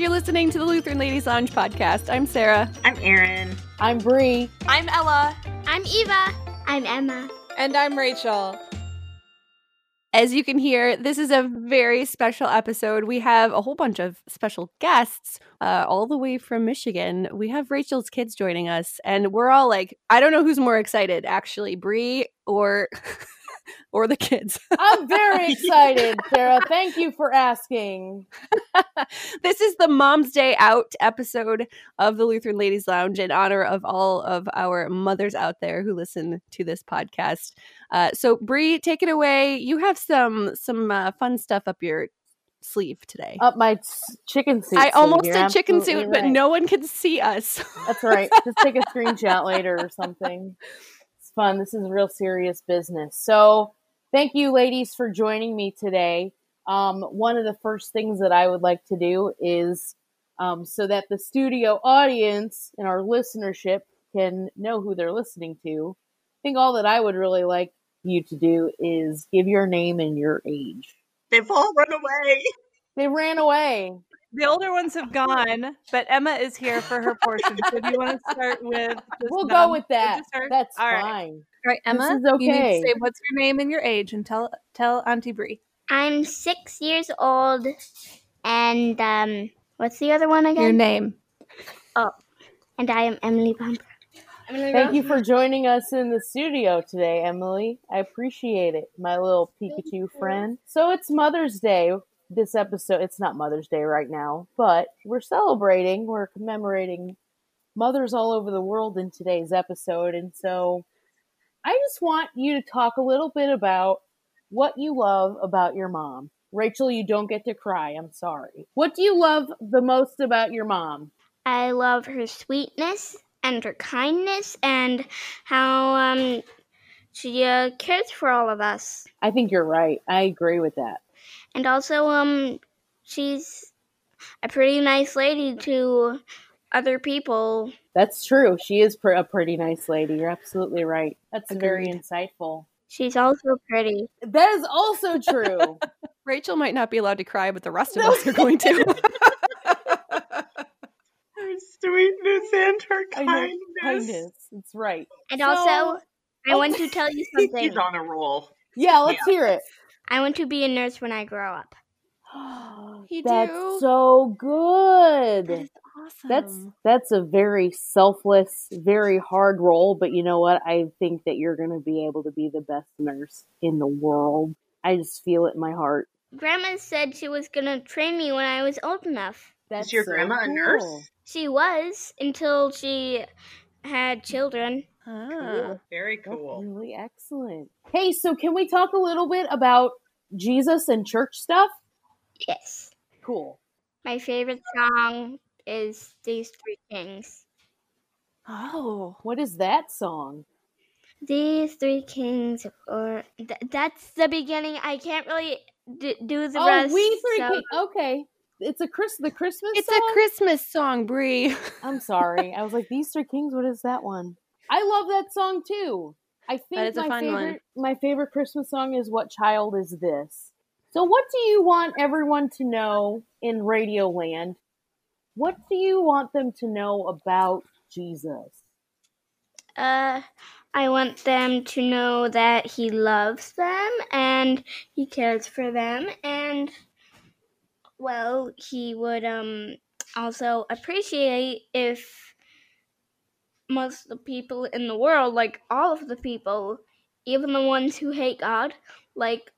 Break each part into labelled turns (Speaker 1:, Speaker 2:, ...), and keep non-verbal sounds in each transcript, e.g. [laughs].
Speaker 1: listening to the Lutheran Ladies Lounge podcast. I'm Sarah.
Speaker 2: I'm Erin.
Speaker 3: I'm Bree.
Speaker 4: I'm Ella.
Speaker 5: I'm Eva. I'm Emma.
Speaker 6: And I'm Rachel.
Speaker 1: As you can hear, this is a very special episode. We have a whole bunch of special guests uh, all the way from Michigan. We have Rachel's kids joining us, and we're all like, I don't know who's more excited, actually, Bree or. [laughs] Or the kids. [laughs]
Speaker 3: I'm very excited, Sarah. Thank you for asking.
Speaker 1: [laughs] this is the Mom's Day Out episode of the Lutheran Ladies Lounge in honor of all of our mothers out there who listen to this podcast. Uh, so, Bree, take it away. You have some some uh, fun stuff up your sleeve today.
Speaker 6: Oh,
Speaker 3: Up my s- chicken suit.
Speaker 1: I almost
Speaker 3: sleeve.
Speaker 1: did
Speaker 3: You're
Speaker 1: chicken
Speaker 3: absolutely
Speaker 1: suit, but
Speaker 3: right.
Speaker 1: no one can see us.
Speaker 3: That's right. Just take a screenshot later or something. It's fun. This is real serious business. So, thank you, ladies, for joining me today. Um, one of the first things that I would like to do is um, so that the studio audience and our listenership can know who they're listening to. I think all that I would really like you to do is give your name and your age.
Speaker 2: They've all run away.
Speaker 3: They ran away.
Speaker 6: The older ones have gone, but Emma is here for her portion. So do you want to start with? just
Speaker 3: We'll
Speaker 6: them?
Speaker 3: go with that.
Speaker 6: Just her-
Speaker 3: That's
Speaker 6: All right.
Speaker 3: fine.
Speaker 6: All
Speaker 1: [laughs]
Speaker 6: right, Emma.
Speaker 3: is
Speaker 6: You need
Speaker 3: okay.
Speaker 6: to say what's your name and your age, and tell tell Auntie Bree.
Speaker 5: I'm six years old, and um, what's the other one again?
Speaker 6: Your name.
Speaker 5: and I am Emily Bumper.
Speaker 3: Thank you for joining us in the studio today, Emily. I appreciate it, my little Pikachu friend. So it's Mother's Day. This episode, it's not Mother's Day right now, but we're celebrating, we're commemorating mothers all over the world in today's episode. And so I just want you to talk a little bit about what you love about your mom. Rachel, you don't get to cry. I'm sorry. What do you love the most about your mom?
Speaker 5: I love her sweetness and her kindness and how um, she uh, cares for all of us.
Speaker 3: I think you're right. I agree with that.
Speaker 5: And also, um, she's a pretty nice lady to other people.
Speaker 3: That's true. She is pr- a pretty nice lady. You're absolutely right. That's very
Speaker 1: Agreed.
Speaker 3: insightful.
Speaker 5: She's also pretty.
Speaker 3: That is also [laughs] true.
Speaker 1: Rachel might not be allowed to cry, but the rest of
Speaker 3: No.
Speaker 1: us are going
Speaker 6: [laughs]
Speaker 1: to.
Speaker 2: Her sweetness and her
Speaker 3: I know,
Speaker 2: kindness.
Speaker 3: Kindness. It's right.
Speaker 5: And
Speaker 3: So-
Speaker 5: also, I want to tell you something.
Speaker 2: He's on a roll.
Speaker 3: Yeah, let's hear it.
Speaker 5: I want to be a nurse when I grow up.
Speaker 1: You
Speaker 3: That's
Speaker 1: do? um,
Speaker 3: so good.
Speaker 1: awesome.
Speaker 3: That's that's a very selfless, very hard role, but you know what? I think that you're going to be able to be the best nurse in the world. I just feel it in my heart.
Speaker 5: Grandma said she was going to train me when I was old enough.
Speaker 3: That's
Speaker 2: your
Speaker 3: so
Speaker 2: grandma a nurse?
Speaker 3: cool.
Speaker 5: She was until she had children.
Speaker 1: Ah.
Speaker 2: Very
Speaker 3: That's
Speaker 2: cool.
Speaker 3: Oh, Really excellent. Hey, so can we talk a little bit about Jesus and church stuff?
Speaker 5: Yes.
Speaker 3: Cool.
Speaker 5: My favorite song is These Three Kings.
Speaker 1: Oh.
Speaker 3: What is that song?
Speaker 5: These Three Kings, or th- that's the beginning. I can't really d- do the
Speaker 3: oh,
Speaker 5: rest.
Speaker 3: we three.
Speaker 5: so-
Speaker 3: Ki- okay, it's a Chris the Christmas.
Speaker 1: It's
Speaker 3: song?
Speaker 1: a Christmas song, [laughs] Bree.
Speaker 3: I'm sorry. I was like, these three kings. What is that one? I love that song too. I think
Speaker 1: is a
Speaker 3: my
Speaker 1: fun one.
Speaker 3: favorite my favorite Christmas song is "What Child Is This." So, what do you want everyone to know in Radio Land? What do you want them to know about Jesus?
Speaker 5: Uh, I want them to know that he loves them and he cares for them and well, he would um also appreciate if most of the people in the world, like all of the people, even the ones who hate God, like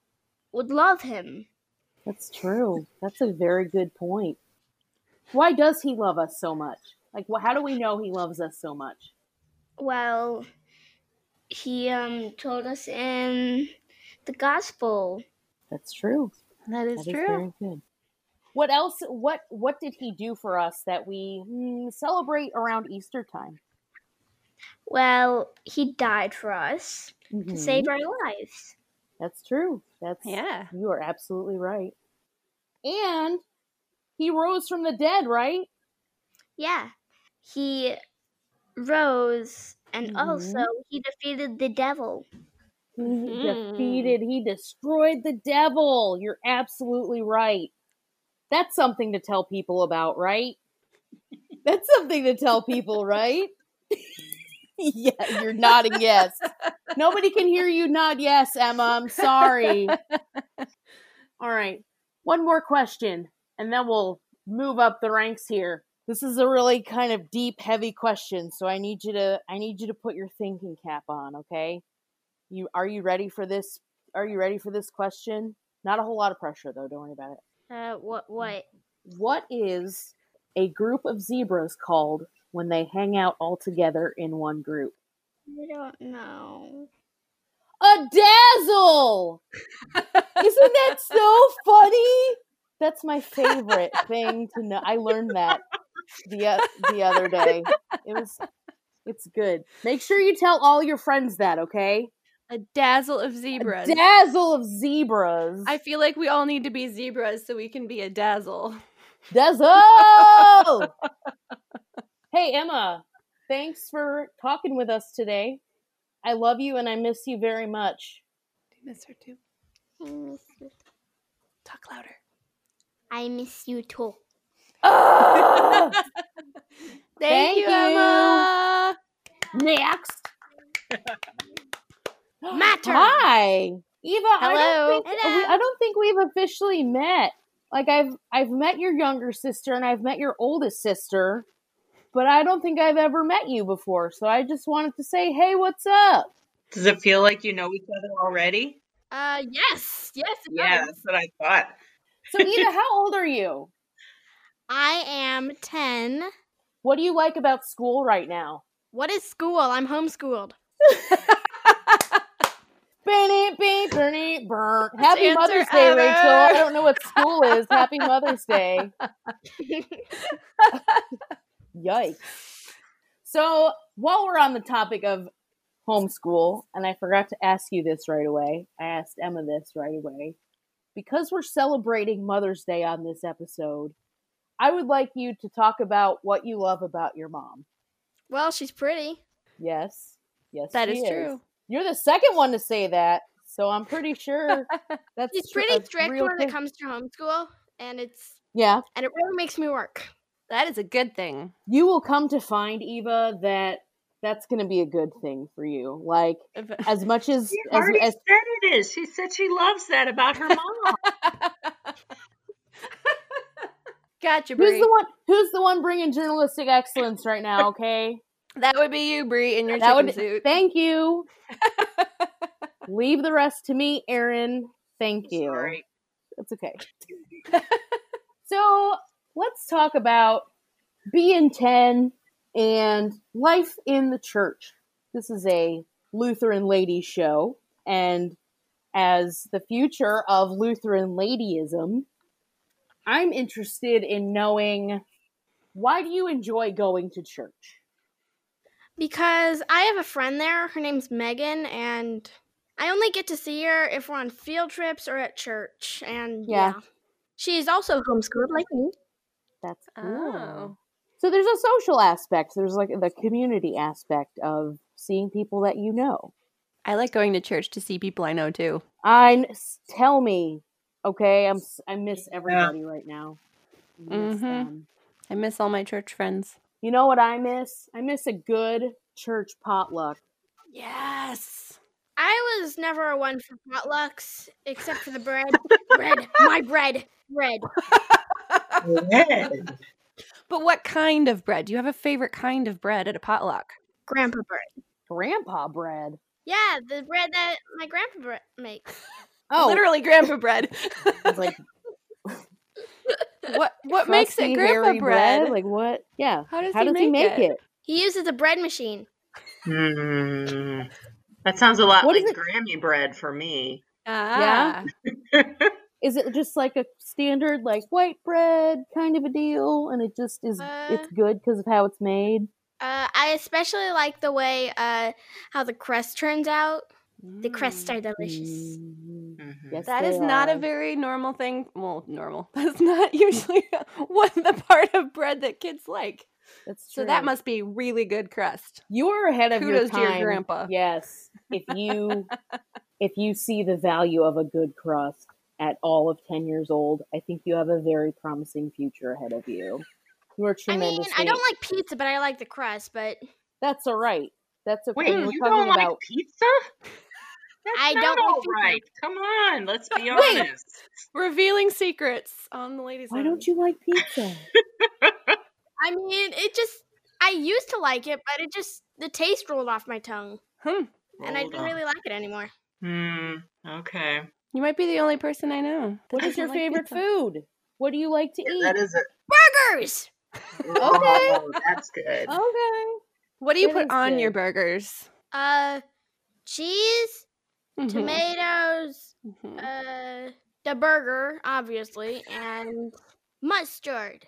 Speaker 5: would love him.
Speaker 3: That's true. That's a very good point. Why does he love us so much? Like, wh- how do we know he loves us so much?
Speaker 5: Well, he um told us in the gospel
Speaker 3: That's true.
Speaker 1: That is
Speaker 3: That is
Speaker 1: true.
Speaker 3: very good. What else? What What did he do for us that we mm, celebrate around Easter time?
Speaker 5: Well, he died for us to save our lives.
Speaker 3: Mm-hmm. That's true. That's
Speaker 1: Yeah.
Speaker 3: You are absolutely right. And he rose from the dead, right?
Speaker 5: Yeah. He rose and
Speaker 3: Mhm.
Speaker 5: also he defeated the devil.
Speaker 3: He
Speaker 1: Mhm.
Speaker 3: defeated, he destroyed the devil. You're absolutely right. That's something to tell people about, right? That's something to tell people, right? yeah, you're nodding yes. Nobody can hear you nod yes, Emma. I'm sorry. All right. One more question, and then we'll move up the ranks here. This is a really kind of deep, heavy question, so I need you to I need you to put your thinking cap on, okay? You are you ready for this? Are you ready for this question? Not a whole lot of pressure though, don't worry about it.
Speaker 5: Uh, what? What?
Speaker 3: What is a group of zebras called when they hang out all together in one group?
Speaker 5: I don't know.
Speaker 3: A dazzle! Isn't that so funny? That's my favorite thing to know. I learned that the o- the other day. It was it's good. Make sure you tell all your friends that, okay?
Speaker 1: [laughs] A dazzle of
Speaker 3: A
Speaker 1: zebras.
Speaker 3: dazzle of zebras.
Speaker 1: I feel like we all need to be zebras so we can be a dazzle. [laughs]
Speaker 3: Dazzle! hey, Emma, thanks for talking with us today. I love you and I miss you very
Speaker 1: [laughs]
Speaker 3: much.
Speaker 1: Do you miss her too?
Speaker 5: I miss you.
Speaker 1: Talk louder.
Speaker 5: I miss you too.
Speaker 3: Ugh!
Speaker 1: Thank,
Speaker 3: Thank
Speaker 1: you,
Speaker 3: you.
Speaker 1: Emma.
Speaker 3: Next. [gasps]
Speaker 5: My turn.
Speaker 3: Hi. Eva, I
Speaker 5: Hello.
Speaker 3: don't think we- I don't think we've officially met. Like I've I've met your younger sister and I've met your oldest sister, but I don't think I've ever met you before. So I just wanted to say, "Hey, what's up?"
Speaker 2: Does it feel like you know each other already?
Speaker 5: Uh, yes, yes. it
Speaker 2: Yeah,
Speaker 5: does.
Speaker 2: that's what I thought.
Speaker 3: So Eva, how old are you?
Speaker 5: I am ten.
Speaker 3: What do you like about school right now?
Speaker 5: What is school? I'm homeschooled.
Speaker 3: Benny, Benny, Benny, burn. Happy
Speaker 1: answer
Speaker 3: Mother's Day,
Speaker 1: ever.
Speaker 3: Rachel. I don't know what school is. Happy Mother's
Speaker 1: [laughs]
Speaker 3: Day. Yikes. So, while we're on the topic of homeschool, and I forgot to ask you this right away, I asked Emma this right away. Because we're celebrating Mother's Day on this episode, I would like you to talk about what you love about your mom.
Speaker 5: Well, she's pretty.
Speaker 3: Yes. Yes,
Speaker 1: That
Speaker 3: she
Speaker 1: is true.
Speaker 3: You're the second one to say that, so I'm pretty sure that's
Speaker 5: She's
Speaker 3: tr-
Speaker 5: pretty
Speaker 3: a
Speaker 5: strict
Speaker 3: real
Speaker 5: when
Speaker 3: thing.
Speaker 5: it comes to homeschool, and it's
Speaker 3: Yeah,
Speaker 5: and it really makes me work.
Speaker 1: That is a good thing.
Speaker 3: you will come to find Eva that that's going to be a good thing for you. Like
Speaker 1: If-
Speaker 3: as
Speaker 2: [laughs]
Speaker 3: much as
Speaker 2: She
Speaker 3: as,
Speaker 2: already
Speaker 3: as
Speaker 2: said it is. She said she loves that about
Speaker 3: [laughs]
Speaker 2: her mom.
Speaker 1: [laughs] gotcha,
Speaker 3: who's
Speaker 1: Bree.
Speaker 3: the one who's the one bringing journalistic excellence right now? Okay,
Speaker 1: that would be you, Bree, in your
Speaker 3: that
Speaker 1: chicken
Speaker 3: would
Speaker 1: suit.
Speaker 3: thank you. Leave the rest to me, Erin. Thank you.
Speaker 2: Sorry.
Speaker 3: It's okay. [laughs] so let's talk about being 10 and life in the church. This is a Lutheran lady show. And as the future of Lutheran ladyism, I'm interested in knowing why do you enjoy going to church?
Speaker 5: Because I have a friend there. Her name's Megan, and I only get to see her if we're on field trips or at church. And
Speaker 3: Yeah.
Speaker 5: yeah, she's also homeschooled like me.
Speaker 3: That's cool.
Speaker 1: Oh.
Speaker 3: So there's a social aspect. There's like the community aspect of seeing people that you know.
Speaker 1: I like going to church to see people I know too.
Speaker 3: I tell me, okay? I'm s- I miss everybody right now. I miss
Speaker 1: Mhm.
Speaker 3: them.
Speaker 1: I miss all my church friends.
Speaker 3: You know what I miss? I miss a good church potluck.
Speaker 1: Yes.
Speaker 5: I was never one for potlucks except for the bread. bread, my bread, bread.
Speaker 2: Hmm. Red.
Speaker 1: But what kind of bread? Do you have a favorite kind of bread at a potluck?
Speaker 5: Grandpa bread.
Speaker 3: Grandpa bread.
Speaker 5: Yeah, the bread that my grandpa bre- makes.
Speaker 1: [laughs]
Speaker 3: Oh,
Speaker 1: Literally grandpa bread.
Speaker 3: I was like [laughs]
Speaker 1: what what makes
Speaker 3: crusty,
Speaker 1: it grandpa
Speaker 3: hairy
Speaker 1: bread?
Speaker 3: Like what? Yeah.
Speaker 1: How does,
Speaker 3: How
Speaker 1: he,
Speaker 3: does
Speaker 1: make
Speaker 3: he make it?
Speaker 5: He uses a bread machine.
Speaker 2: Hmm. That sounds a lot
Speaker 3: What is
Speaker 2: like Grammy bread for me.
Speaker 1: Ah.
Speaker 3: Is it just like a standard like white bread kind of a deal and it just is it's
Speaker 5: Uh,
Speaker 3: good because of how it's made?
Speaker 5: Uh, I especially like the way uh, how the crust turns out. The crusts are delicious.
Speaker 3: Mm,
Speaker 2: Mhm.
Speaker 3: Yes,
Speaker 1: That
Speaker 3: they
Speaker 1: is not a
Speaker 3: are.
Speaker 1: very normal thing. Well, normal. [laughs] That's not usually [laughs] what the part of bread that kids like.
Speaker 3: That's
Speaker 1: So that
Speaker 3: true.
Speaker 1: must be really good crust.
Speaker 3: You're ahead of your
Speaker 1: Kudos to
Speaker 3: time.
Speaker 1: your [laughs] grandpa.
Speaker 3: Yes. If you if you see the value of a good crust at all of 10 years old, I think you have a very promising future ahead of you. You are
Speaker 5: I mean,
Speaker 3: tremendous.
Speaker 5: I don't like pizza, but I like the crust. But
Speaker 3: That's all right. That's okay.
Speaker 2: Wait,
Speaker 3: We're
Speaker 2: you
Speaker 3: talking
Speaker 2: don't like
Speaker 3: about
Speaker 2: pizza? That's
Speaker 5: I
Speaker 2: not
Speaker 5: don't like
Speaker 2: all
Speaker 5: pizza.
Speaker 2: right. Come on, let's be
Speaker 1: Wait.
Speaker 2: honest.
Speaker 1: Revealing secrets on the ladies.
Speaker 3: why
Speaker 1: lounge.
Speaker 3: don't you like pizza?
Speaker 5: I mean, it just I used to like it, but it just the taste rolled off my tongue,
Speaker 1: Hmm.
Speaker 5: and I
Speaker 2: Hold
Speaker 5: didn't
Speaker 2: on.
Speaker 5: really like it anymore.
Speaker 2: Hmm. Okay.
Speaker 1: You might be the only person I know. that
Speaker 3: What is
Speaker 1: doesn't
Speaker 3: your
Speaker 1: like
Speaker 3: favorite
Speaker 1: pizza.
Speaker 3: food? What do you like to eat? [laughs]
Speaker 2: That is it.
Speaker 5: Burgers.
Speaker 2: Oh, that's good.
Speaker 3: okay.
Speaker 1: What do you
Speaker 3: It
Speaker 1: put
Speaker 3: is
Speaker 1: on
Speaker 3: good.
Speaker 1: your burgers?
Speaker 5: Uh, cheese,
Speaker 1: Mhm,
Speaker 5: tomatoes,
Speaker 1: mhm.
Speaker 5: uh, the burger, obviously, and mustard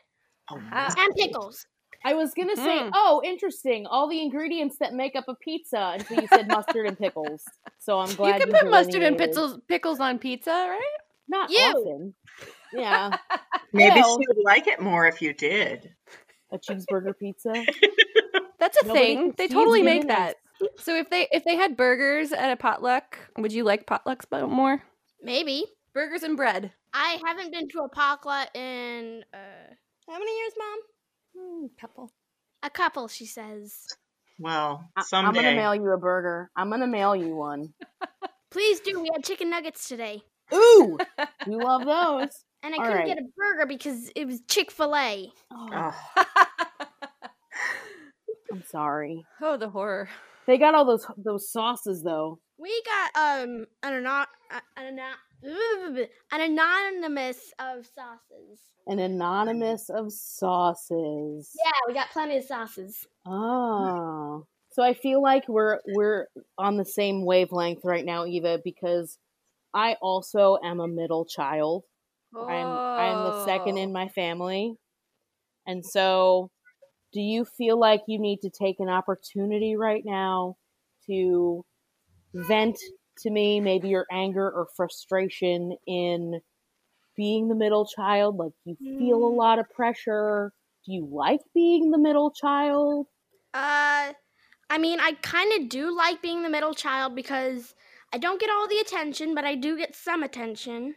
Speaker 2: Oh,
Speaker 1: Ah.
Speaker 5: and pickles.
Speaker 3: I was gonna say,
Speaker 1: Mm.
Speaker 3: oh, interesting. All the ingredients that make up a pizza until you said mustard and pickles. So I'm
Speaker 1: You
Speaker 3: glad
Speaker 1: can put mustard and
Speaker 3: delineated.
Speaker 1: pickles pickles on pizza, right?
Speaker 3: Not
Speaker 5: You.
Speaker 3: often. Yeah,
Speaker 2: Maybe
Speaker 3: Well-
Speaker 2: she would like it more if you did.
Speaker 3: a cheeseburger
Speaker 1: [laughs]
Speaker 3: pizza.
Speaker 1: That's a
Speaker 3: Nobody
Speaker 1: thing. They
Speaker 3: succeeds
Speaker 1: totally
Speaker 3: being
Speaker 1: make
Speaker 3: nice.
Speaker 1: that. So if they if they had burgers at a potluck, would you like potlucks mo- more?
Speaker 5: Maybe
Speaker 1: Burgers and bread.
Speaker 5: I haven't been to a potluck in uh, how many years, Mom?
Speaker 1: couple.
Speaker 5: A couple, she says.
Speaker 2: Well,
Speaker 3: I- I'm
Speaker 2: someday.
Speaker 3: gonna mail you a burger. I'm gonna mail you
Speaker 1: [laughs]
Speaker 3: one.
Speaker 5: Please do. We had chicken nuggets today,
Speaker 3: Ooh, you love those.
Speaker 5: and I
Speaker 3: All
Speaker 5: couldn't
Speaker 3: right.
Speaker 5: get a burger because it was Chick Fil A.
Speaker 3: Oh,
Speaker 2: Oh,
Speaker 3: I'm sorry.
Speaker 1: [laughs] Oh, the horror.
Speaker 3: They got all those those sauces though.
Speaker 5: We got um an anon- uh, an, anon- an anonymous of sauces.
Speaker 3: An anonymous of sauces.
Speaker 5: Yeah, we got plenty of sauces.
Speaker 3: Oh. So I feel like we're we're on the same wavelength right now, Eva, because I also am a middle child. I'm I'm the
Speaker 1: Oh.
Speaker 3: second
Speaker 2: Oh.
Speaker 3: in my family. And so do you feel like you need to take an opportunity right now to vent to me maybe your anger or frustration in being the middle child like you feel a
Speaker 5: Mm.
Speaker 3: lot of pressure do you like being the middle child
Speaker 5: Uh, I mean, I kind of do like being the middle child because I don't get all the attention, but I do get some attention,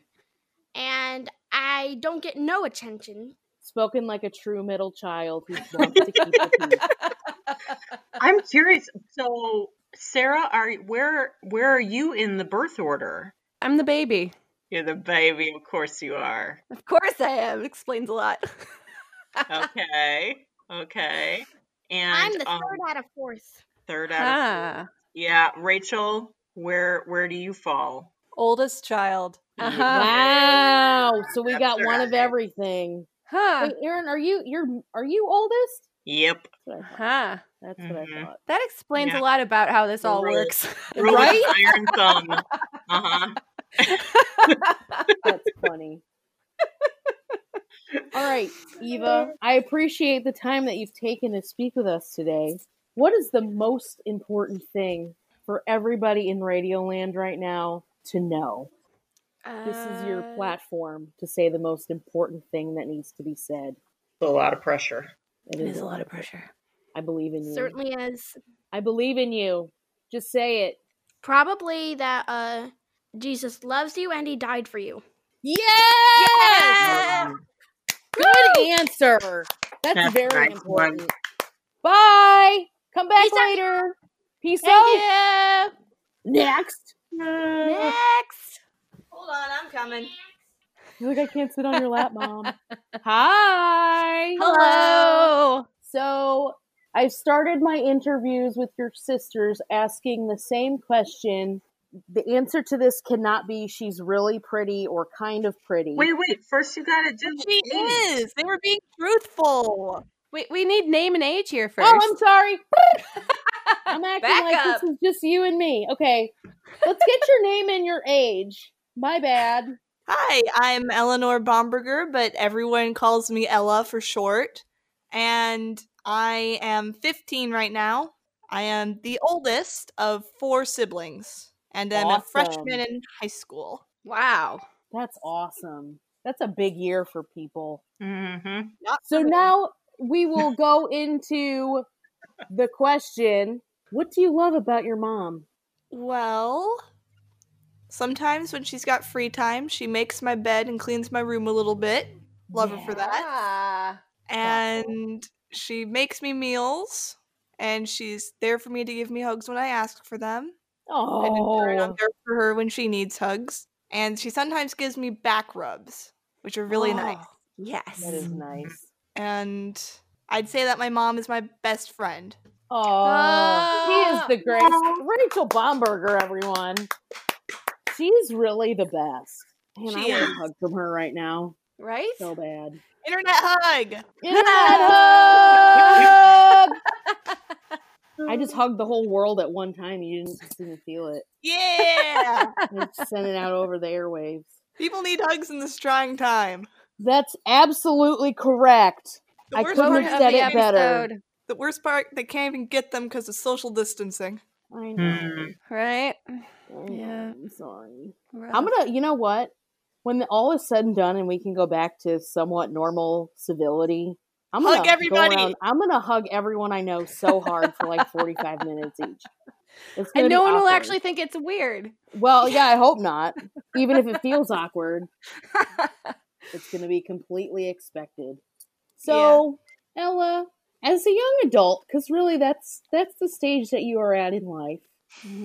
Speaker 5: and I don't get no attention.
Speaker 3: spoken like a true middle child who wants to keep the
Speaker 2: [laughs]
Speaker 3: peace.
Speaker 2: I'm curious. So, Sarah, are where where are you in the birth order?
Speaker 1: I'm the baby.
Speaker 2: You're the baby, of course you are.
Speaker 1: Of course I am. Explains a lot.
Speaker 2: Okay, okay. And
Speaker 5: I'm the
Speaker 2: um,
Speaker 5: third out of fourth.
Speaker 2: third out.
Speaker 1: [laughs]
Speaker 2: Of,
Speaker 1: ah,
Speaker 2: yeah, Rachel, where where do you fall?
Speaker 6: Oldest child.
Speaker 1: uh-huh.
Speaker 3: Wow! So we
Speaker 2: That's
Speaker 3: got one of
Speaker 2: right.
Speaker 3: everything.
Speaker 1: huh.
Speaker 3: Wait, Aaron, are you you're are you oldest?
Speaker 2: Yep.
Speaker 3: That's what I thought.
Speaker 1: Huh.
Speaker 3: That's what I
Speaker 2: Mhm.
Speaker 3: thought.
Speaker 1: That explains
Speaker 2: Yeah.
Speaker 1: a lot about how this all
Speaker 2: Right.
Speaker 3: [laughs]
Speaker 1: works.
Speaker 2: Rule of
Speaker 3: Right?
Speaker 2: Iron thumb. Uh huh.
Speaker 3: That's funny. All right, Eva, I appreciate the time that you've taken to speak with us today. What is the most important thing for everybody in Radioland right now to know? This is your
Speaker 5: Uh,
Speaker 3: platform to say the most important thing that needs to be said.
Speaker 2: A lot of pressure.
Speaker 1: it is a lot of pressure.
Speaker 3: I believe in you.
Speaker 5: Certainly is.
Speaker 3: I believe in you. Just say it.
Speaker 5: Probably that uh, Jesus loves you and he died
Speaker 3: [laughs]
Speaker 5: for you.
Speaker 3: Yes! Good answer. That's,
Speaker 2: That's
Speaker 3: very
Speaker 2: nice
Speaker 3: important. Bye. Come back
Speaker 5: Peace out.
Speaker 3: later. Peace out.
Speaker 1: Thank
Speaker 3: Next.
Speaker 1: you. Next.
Speaker 5: Hold on, I'm coming.
Speaker 3: You're like, I can't sit on your lap, Mom. [laughs] Hi.
Speaker 1: Hello.
Speaker 3: So I've started my interviews with your sisters asking the same question. The answer to this cannot be she's really pretty or kind of pretty.
Speaker 2: Wait, wait. First, you gotta do.
Speaker 6: She
Speaker 2: age.
Speaker 6: is. They were being truthful.
Speaker 1: We, we need name and age here first.
Speaker 3: Oh,
Speaker 1: [laughs]
Speaker 3: I'm sorry. I'm acting
Speaker 1: Back
Speaker 3: like
Speaker 1: up.
Speaker 3: this is just you and me. Okay, let's get your name and your age. My bad.
Speaker 6: Hi, I'm Eleanor Bomberger, but everyone calls me Ella for short. And I am 15 right now. I am the oldest of four siblings, and I'm a
Speaker 3: Awesome.
Speaker 6: freshman in high school.
Speaker 1: Wow.
Speaker 3: That's awesome. That's a big year for people.
Speaker 2: Mm-hmm.
Speaker 6: Not
Speaker 3: So
Speaker 6: for me.
Speaker 3: now we will go into the question What do you love about your mom?
Speaker 6: Well, sometimes when she's got free time, she makes my bed and cleans my room a little bit. Love her for that.
Speaker 1: Ah.
Speaker 6: and she makes me meals and she's there for me to give me hugs when I ask for them. And in turn, I'm
Speaker 3: Oh,
Speaker 6: there for her when she needs hugs. And she sometimes gives me back rubs, which are really nice.
Speaker 3: Ah.
Speaker 1: Yes.
Speaker 3: that is nice.
Speaker 6: And I'd say that my mom is my best friend. Ah.
Speaker 3: Oh, she is the greatest.
Speaker 2: Oh.
Speaker 3: Rachel Bomberger, everyone. She's really the best. Man,
Speaker 6: She
Speaker 3: I want
Speaker 6: is.
Speaker 3: a hug from her right now.
Speaker 1: Right?
Speaker 3: So bad.
Speaker 6: Internet hug.
Speaker 3: Internet [laughs] hug! I just hugged the whole world at one time. You didn't, just didn't feel it.
Speaker 6: Yeah.
Speaker 3: I just sent it out over the airwaves.
Speaker 6: [laughs] People need hugs in this trying time.
Speaker 3: That's absolutely correct.
Speaker 6: The
Speaker 3: I
Speaker 6: worst,
Speaker 3: couldn't
Speaker 6: part,
Speaker 1: Woman
Speaker 3: have
Speaker 1: of
Speaker 3: said
Speaker 1: the
Speaker 3: it better.
Speaker 1: episode,
Speaker 6: the worst part, they can't even get them because of social distancing.
Speaker 3: I know.
Speaker 2: Hmm.
Speaker 1: right?
Speaker 3: I know.
Speaker 1: Yeah.
Speaker 3: I'm sorry.
Speaker 1: Rough.
Speaker 3: I'm gonna. You know what? When all is said and done, and we can go back to somewhat normal civility, I'm
Speaker 6: Hug
Speaker 3: gonna go
Speaker 6: everybody.
Speaker 3: around- I'm gonna hug everyone I know so hard for like 45 minutes each. It's
Speaker 1: and
Speaker 3: gonna be
Speaker 1: no one will
Speaker 3: awkward.
Speaker 1: actually think it's weird. [laughs]
Speaker 3: Well, yeah, I hope not. Even if it feels awkward,
Speaker 1: Mm-hmm. [laughs]
Speaker 3: it's gonna be completely expected. So, Ella, as a young adult, because really that's that's the stage that you are at in life.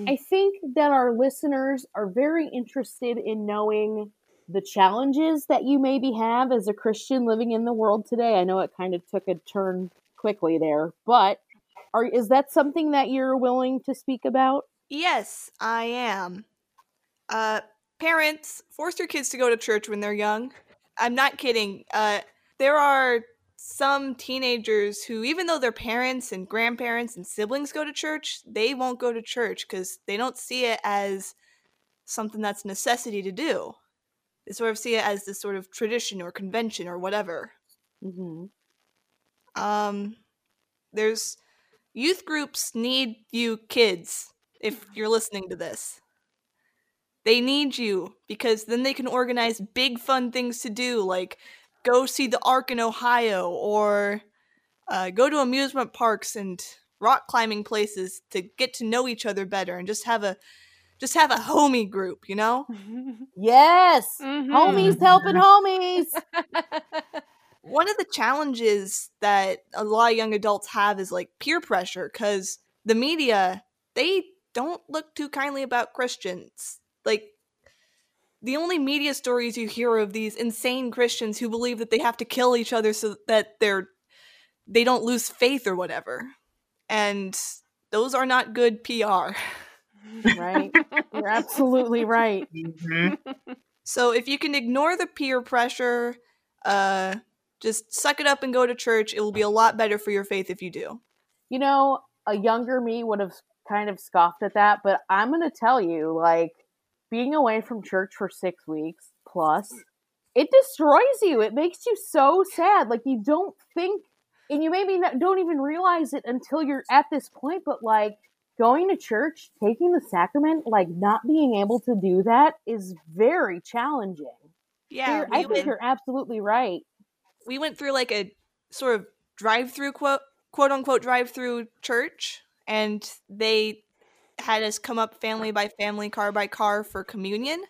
Speaker 3: I think that our listeners are very interested in knowing the challenges that you maybe have as a Christian living in the world today. I know it kind of took a turn quickly there, but are is that something that you're willing to speak about?
Speaker 6: Yes, I am. Uh, parents, force your kids to go to church when they're young. I'm not kidding. Uh, there are some teenagers who, even though their parents and grandparents and siblings go to church, they won't go to church because they don't see it as something that's a necessity to do. They sort of see it as this sort of tradition or convention or whatever.
Speaker 3: Mm-hmm.
Speaker 6: Um, there's youth groups need you kids if you're listening to this. They need you because then they can organize big fun things to do like go see the Ark in Ohio or uh, go to amusement parks and rock climbing places to get to know each other better and just have a just have a homie group, you know?
Speaker 1: Mm-hmm.
Speaker 3: Yes,
Speaker 1: Mhm.
Speaker 3: homies helping homies.
Speaker 6: one of the challenges that a lot of young adults have is like peer pressure because the media they don't look too kindly about christians like the only media stories you hear are of these insane christians who believe that they have to kill each other so that they're they don't lose faith or whatever and those are not good pr
Speaker 3: [laughs] right, you're [laughs] absolutely right.
Speaker 2: Mhm.
Speaker 6: So if you can ignore the peer pressure, uh, just suck it up and go to church. It will be a lot better for your faith if you do.
Speaker 3: you know, a younger me would have kind of scoffed at that, but I'm going to tell you, like, being away from church for six weeks plus, it destroys you. It makes you so sad. Like, you don't think, and you maybe not, don't even realize it until you're at this point, but like, going to church, taking the sacrament, like, not being able to do that is very challenging.
Speaker 6: Yeah,
Speaker 3: You're- I
Speaker 6: we
Speaker 3: think
Speaker 6: went,
Speaker 3: you're absolutely right.
Speaker 6: we went through like a sort of drive-through quote quote unquote drive-through church, and they had us come up family by family, car by car for communion,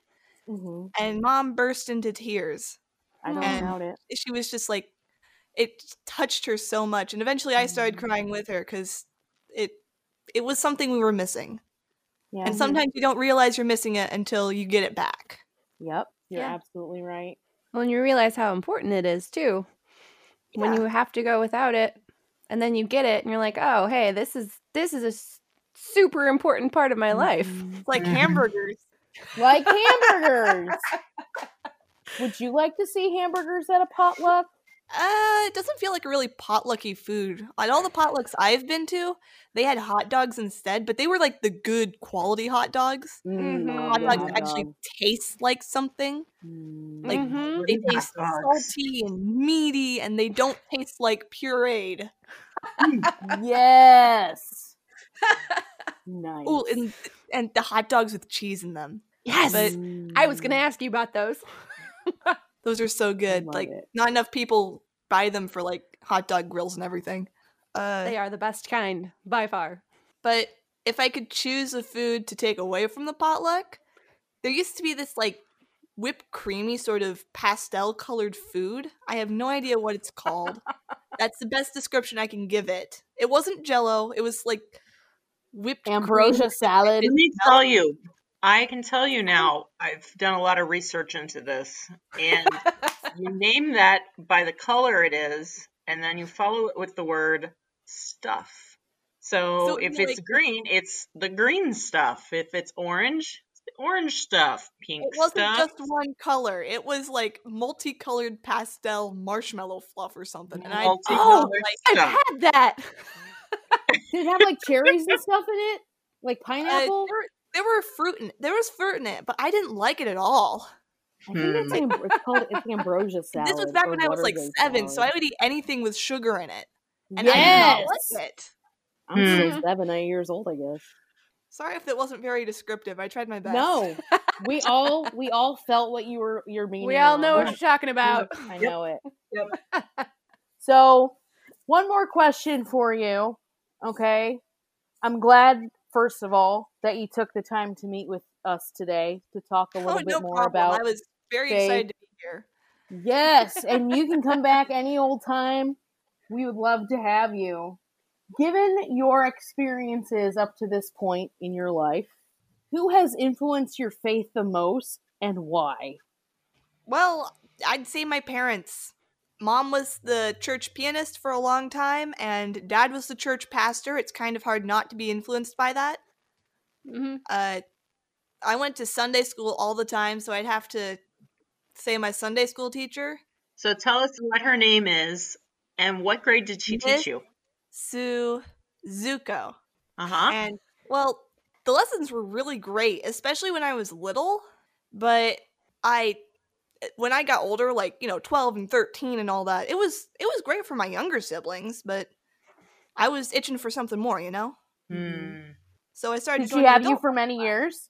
Speaker 1: Mm-hmm.
Speaker 3: hmm
Speaker 6: and mom burst into tears.
Speaker 3: I don't
Speaker 6: And-
Speaker 3: doubt it.
Speaker 6: She was just like, it touched her so much, and eventually I
Speaker 3: Mm.
Speaker 6: started crying with her because it it was something we were missing.
Speaker 3: Yeah.
Speaker 6: And sometimes you don't realize you're missing it until you get it back.
Speaker 3: yep. You're
Speaker 1: Yeah.
Speaker 3: absolutely right.
Speaker 1: Well, and you realize how important it is too when
Speaker 6: Yeah.
Speaker 1: you have to go without it, and then you get it, and you're like, "Oh, hey, this is this is a s- super important part of my life."
Speaker 3: Mm-hmm.
Speaker 6: It's like
Speaker 3: Mm.
Speaker 2: Mhm.
Speaker 6: hamburgers.
Speaker 3: like hamburgers. Would you like to see hamburgers at a potluck?
Speaker 6: Uh, it doesn't feel like a really potlucky food. At all the potlucks I've been to, they had hot dogs instead, but they were like the good quality hot dogs.
Speaker 1: Mhm.
Speaker 3: I love
Speaker 6: Hot
Speaker 3: a
Speaker 6: dogs
Speaker 3: hot
Speaker 6: actually
Speaker 3: dog.
Speaker 6: taste like something.
Speaker 3: Mm.
Speaker 6: Like
Speaker 1: Mhm.
Speaker 6: they
Speaker 2: Hot
Speaker 6: taste
Speaker 2: dogs.
Speaker 6: salty and meaty, and they don't taste like pureed.
Speaker 3: Mm,
Speaker 6: [laughs]
Speaker 3: yes. nice.
Speaker 6: Oh, and and the hot dogs with cheese in them.
Speaker 1: Yes,
Speaker 6: but-
Speaker 1: I was gonna
Speaker 3: Mm.
Speaker 1: ask you about those.
Speaker 6: Those are so good.
Speaker 3: love
Speaker 6: Like
Speaker 3: it.
Speaker 6: not enough people buy them for like hot dog grills and everything. Uh,
Speaker 1: They are the best kind by far.
Speaker 6: But if I could choose a food to take away from the potluck, there used to be this like whipped creamy sort of pastel colored food. I have no idea what it's called. That's the best description I can give it. It wasn't jello, it was like whipped cream.
Speaker 3: Ambrosia salad.
Speaker 2: Let me tell you, I can tell you now, I've done a lot of research into this,
Speaker 6: [laughs]
Speaker 2: and you name that by the color it is, and then you follow it with the word stuff. So,
Speaker 6: So
Speaker 2: if
Speaker 6: you're
Speaker 2: it's
Speaker 6: like-
Speaker 2: green, it's the green stuff. If it's orange, it's the orange stuff. Pink
Speaker 6: It wasn't
Speaker 2: stuff.
Speaker 6: just one color. It was like multicolored pastel marshmallow fluff or something. And I Oh,
Speaker 2: multicolored
Speaker 1: I've
Speaker 2: stuff.
Speaker 1: had that.
Speaker 3: Did it have like cherries and stuff in it? Like pineapple?
Speaker 6: Uh, there, there were fruit in there was fruit in it, but I didn't like it at all.
Speaker 3: I think it's,
Speaker 6: Hmm.
Speaker 3: am- it's called it's ambrosia salad.
Speaker 6: [laughs] this was back
Speaker 3: or
Speaker 6: when I was like
Speaker 3: Watergate
Speaker 6: seven, so I
Speaker 3: salad.
Speaker 6: would eat anything with sugar in it, and I did
Speaker 3: yes,
Speaker 6: not like it. Mm-hmm.
Speaker 3: I'm still seven, eight years old, I guess.
Speaker 6: Sorry if that wasn't very descriptive. I tried my best.
Speaker 3: No, we all we all felt what you were you're meaning.
Speaker 1: We all
Speaker 3: around
Speaker 1: know
Speaker 3: that.
Speaker 1: what you're talking about.
Speaker 3: I
Speaker 2: Yep.
Speaker 3: know it.
Speaker 2: Yep.
Speaker 3: [laughs] so, one more question for you. Okay. I'm glad, first of all, that you took the time to meet with us today to talk a little
Speaker 6: [laughs] oh,
Speaker 3: bit
Speaker 6: no
Speaker 3: more
Speaker 6: problem.
Speaker 3: about.
Speaker 6: I was very
Speaker 3: faith.
Speaker 6: excited to be here.
Speaker 3: yes. And you can come
Speaker 6: [laughs]
Speaker 3: back any old time. We would love to have you. Given your experiences up to this point in your life, who has influenced your faith the most and why?
Speaker 6: Well, I'd say my parents. Mom was the church pianist for a long time, and dad was the church pastor. It's kind of hard not to be influenced by that.
Speaker 5: Mm-hmm.
Speaker 1: Mhm.
Speaker 6: Uh, I went to Sunday school all the time, so I'd have to say my Sunday school teacher,
Speaker 2: So tell us what her name is and what grade did she
Speaker 6: Miss-
Speaker 2: teach you?
Speaker 6: Sue Zuko.
Speaker 2: Uh huh.
Speaker 6: And well, the lessons were really great, especially when I was little. But I eh, when I got older, like, you know, 12 and 13 and all that, it was it was great for my younger siblings, but I was itching for something more, you know?
Speaker 2: Mm-hmm.
Speaker 6: So I started
Speaker 3: Did she
Speaker 6: joining
Speaker 3: have you
Speaker 6: adult-
Speaker 3: for many years?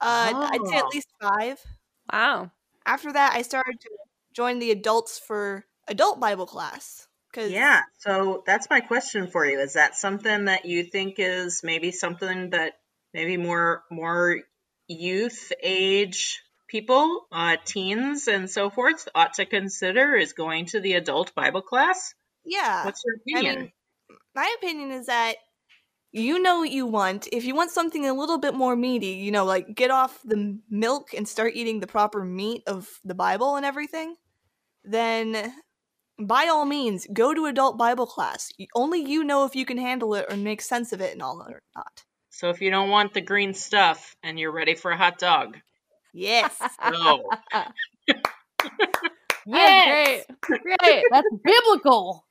Speaker 6: uh I'd say
Speaker 2: Oh.
Speaker 6: at least 5.
Speaker 1: Wow.
Speaker 6: After that, I started to join the adults for adult Bible class cuz
Speaker 2: Yeah. So that's my question for you. Is that something that you think is maybe something that maybe more more youth age people, uh, teens and so forth ought to consider is going to the adult Bible class?
Speaker 6: yeah.
Speaker 2: What's your
Speaker 6: Uh, I
Speaker 2: opinion?
Speaker 6: mean, my opinion is that you know what you want. If you want something a little bit more meaty, you know, like get off the m- milk and start eating the proper meat of the Bible and everything, then by all means, go to adult Bible class. Y- Only you know if you can handle it or make sense of it and all that or not.
Speaker 2: so if you don't want the green stuff and you're ready for a hot
Speaker 6: [laughs]
Speaker 2: dog, oh,
Speaker 6: Yes.
Speaker 2: no.
Speaker 3: Yes.
Speaker 1: That's great. [laughs] Great.
Speaker 3: That's
Speaker 7: [laughs]
Speaker 3: biblical.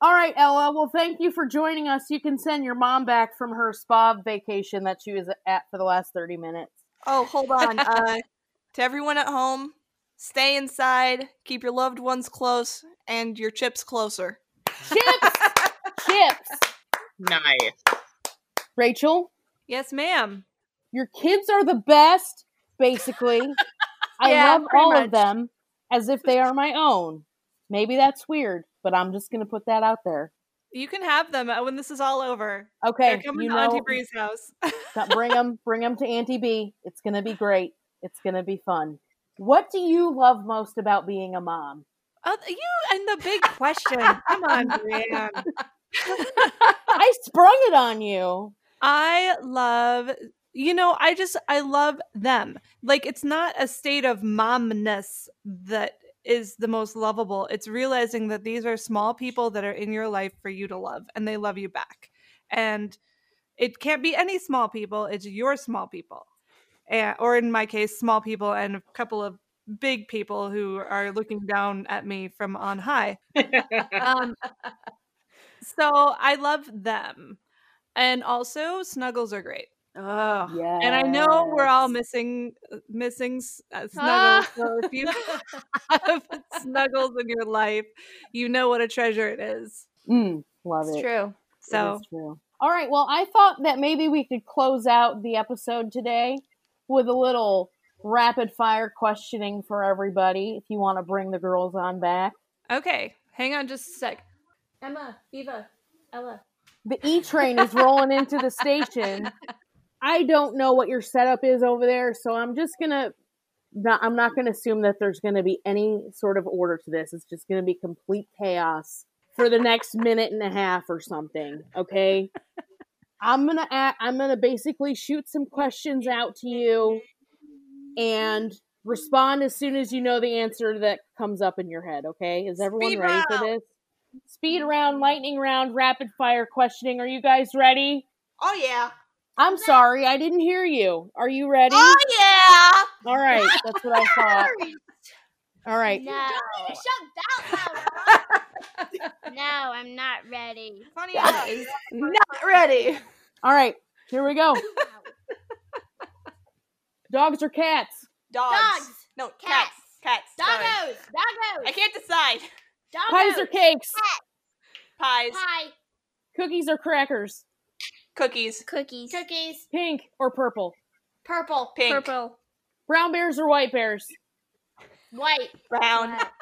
Speaker 3: All right, Ella. Well, thank you for joining us. You can send your mom back from her spa vacation that she was at for the last 30 minutes.
Speaker 6: oh, hold on. Uh, to everyone at home, stay inside, keep your loved ones close, and your chips closer.
Speaker 7: [laughs]
Speaker 3: Chips! chips!
Speaker 2: Nice.
Speaker 3: Rachel,
Speaker 6: Yes, ma'am.
Speaker 3: your kids are the best, basically.
Speaker 7: [laughs]
Speaker 3: I
Speaker 1: Yeah,
Speaker 3: love
Speaker 1: pretty
Speaker 3: all
Speaker 1: much.
Speaker 3: of them as if they are my own. Maybe that's weird, but I'm just going to put that out there.
Speaker 7: You can have them uh, when this is all over.
Speaker 3: Okay,
Speaker 7: They're coming
Speaker 3: you
Speaker 7: to
Speaker 3: know,
Speaker 7: Auntie Bree's house.
Speaker 3: Come- bring them, bring them to Auntie B. It's gonna be great. It's gonna be fun. What do you love most about being a mom?
Speaker 7: Oh, th- you and the big question. Come on, Brianne.
Speaker 3: I sprung it on you.
Speaker 7: [laughs] I love, you know, I just, I love them. Like, it's not a state of momness that is the most lovable. It's realizing that these are small people that are in your life for you to love and they love you back. And it can't be any small people, it's your small people. And, or in my case, small people and a couple of big people who are looking down at me from on high. um, so I love them. And also, snuggles are great.
Speaker 1: Oh.
Speaker 3: Yeah.
Speaker 7: And I know we're all missing missing s- uh, snuggles. So if you [laughs] have snuggles in your life, you know what a treasure it is.
Speaker 3: Mm, love
Speaker 1: It's
Speaker 3: it.
Speaker 1: true.
Speaker 7: So
Speaker 3: It's true. All right. Well, I thought that maybe we could close out the episode today with a little rapid fire questioning for everybody. If you want to bring the girls on back,
Speaker 7: okay, hang on just a sec.
Speaker 5: Emma, Viva, Ella.
Speaker 3: the E train is rolling into the station. I don't know what your setup is over there, so I'm just gonna not, I'm not going to assume that there's going to be any sort of order to this. It's just going to be complete chaos for the next minute and a half or something. Okay. I'm gonna a I'm gonna basically shoot some questions out to you, and respond as soon as you know the answer that comes up in your head. Okay, is everyone
Speaker 6: Speed
Speaker 3: ready for this? Speed round, lightning round, rapid fire questioning. Are you guys ready?
Speaker 6: Oh yeah.
Speaker 3: I'm sorry, I didn't hear you. Are you ready?
Speaker 6: Oh
Speaker 3: All
Speaker 6: [laughs]
Speaker 3: right, that's what I thought. All right,
Speaker 5: No.
Speaker 4: Shut that loud.
Speaker 5: No, Oh, I'm not ready.
Speaker 6: yeah. Funny
Speaker 1: That
Speaker 6: enough.
Speaker 1: is not ready.
Speaker 3: all right, here we
Speaker 6: [laughs]
Speaker 3: go. Dogs or cats?
Speaker 6: Dogs.
Speaker 4: Dogs.
Speaker 6: No, cats.
Speaker 4: Cats.
Speaker 6: Cats. sorry.
Speaker 4: Doggos. Doggos.
Speaker 6: I can't decide.
Speaker 4: Doggos.
Speaker 3: Pies or cakes?
Speaker 6: Pies,
Speaker 4: Pie.
Speaker 3: Cookies or crackers?
Speaker 6: cookies,
Speaker 5: Cookies.
Speaker 4: Cookies.
Speaker 3: Pink or purple?
Speaker 4: Purple.
Speaker 6: pink,
Speaker 5: Purple.
Speaker 3: Brown bears or white bears?
Speaker 4: White.
Speaker 6: brown,
Speaker 5: Black.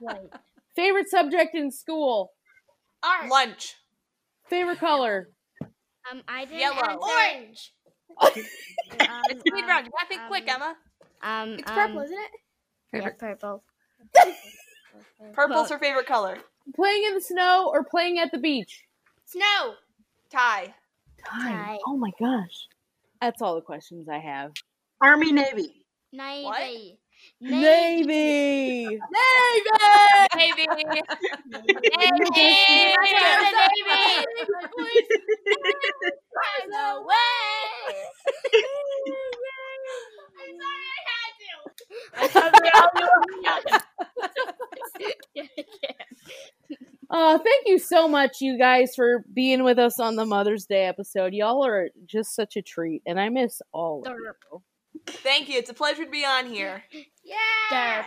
Speaker 5: White.
Speaker 3: Favorite subject in school?
Speaker 4: Art.
Speaker 6: lunch,
Speaker 3: Favorite color?
Speaker 5: Um, I didn't
Speaker 6: Yellow.
Speaker 5: answer-
Speaker 4: Orange.
Speaker 5: Um,
Speaker 6: It's speed
Speaker 5: um,
Speaker 6: round. You gotta think
Speaker 5: um,
Speaker 6: quick, Emma.
Speaker 5: Um,
Speaker 4: It's
Speaker 5: um,
Speaker 4: purple, isn't it?
Speaker 5: Yeah, purple.
Speaker 6: Purple's her favorite color.
Speaker 3: Playing in the snow or playing at the beach?
Speaker 4: Snow.
Speaker 6: Tie.
Speaker 5: Tie.
Speaker 3: Oh my gosh. That's all the questions I have.
Speaker 2: Army, Navy.
Speaker 5: Navy.
Speaker 3: Navy. [laughs]
Speaker 6: Navy.
Speaker 4: Navy.
Speaker 5: Navy.
Speaker 4: No way.
Speaker 5: [laughs]
Speaker 4: I'm
Speaker 5: [laughs]
Speaker 4: sorry, I had to.
Speaker 3: Uh, thank you so much, you guys, for being with us on the Mother's Day episode. Y'all are just such a treat, and I miss all of you.
Speaker 6: Thank you. It's a pleasure to be on here.
Speaker 4: Yeah.
Speaker 5: Derp.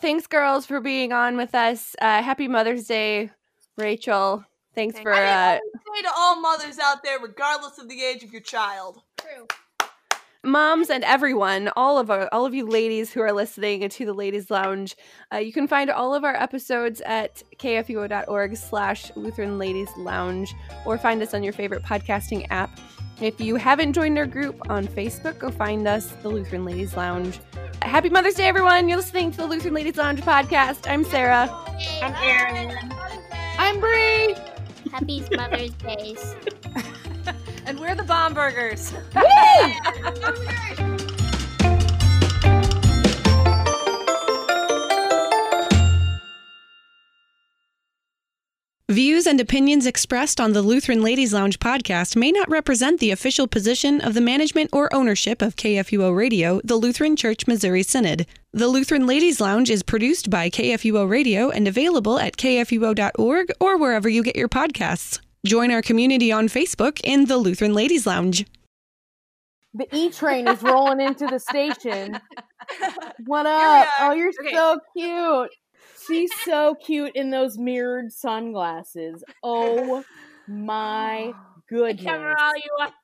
Speaker 1: Thanks, girls, for being on with us. Uh, happy Mother's Day, Rachel. Thanks
Speaker 7: Thank-
Speaker 1: for.
Speaker 6: I
Speaker 1: Uh,
Speaker 6: mean, I would say to all mothers out there, regardless of the age of your child,
Speaker 4: True.
Speaker 1: moms and everyone, all of our, all of you ladies who are listening to the Ladies Lounge, uh, you can find all of our episodes at kfuo.org slash Lutheran Ladies Lounge or find us on your favorite podcasting app. If you haven't joined our group on Facebook, go find us, the Lutheran Ladies Lounge. Happy Mother's Day, everyone. You're listening to the Lutheran Ladies Lounge podcast. I'm Sarah.
Speaker 2: I'm Erin.
Speaker 3: I'm Bree.
Speaker 5: Happy Mother's Days.
Speaker 7: And we're the bomb burgers.
Speaker 8: Views and opinions expressed on the Lutheran Ladies Lounge podcast may not represent the official position of the management or ownership of KFUO Radio, the Lutheran Church Missouri Synod. The Lutheran Ladies Lounge is produced by KFUO Radio and available at kfuo.org or wherever you get your podcasts. Join our community on Facebook in the Lutheran Ladies Lounge.
Speaker 3: The E train is rolling into the [laughs] station. What up?
Speaker 6: we are.
Speaker 3: Oh, you're
Speaker 6: Okay.
Speaker 3: so cute. She's so cute in
Speaker 7: [laughs]
Speaker 3: those [laughs] mirrored sunglasses. Oh my
Speaker 4: I
Speaker 3: goodness.
Speaker 4: cover all you up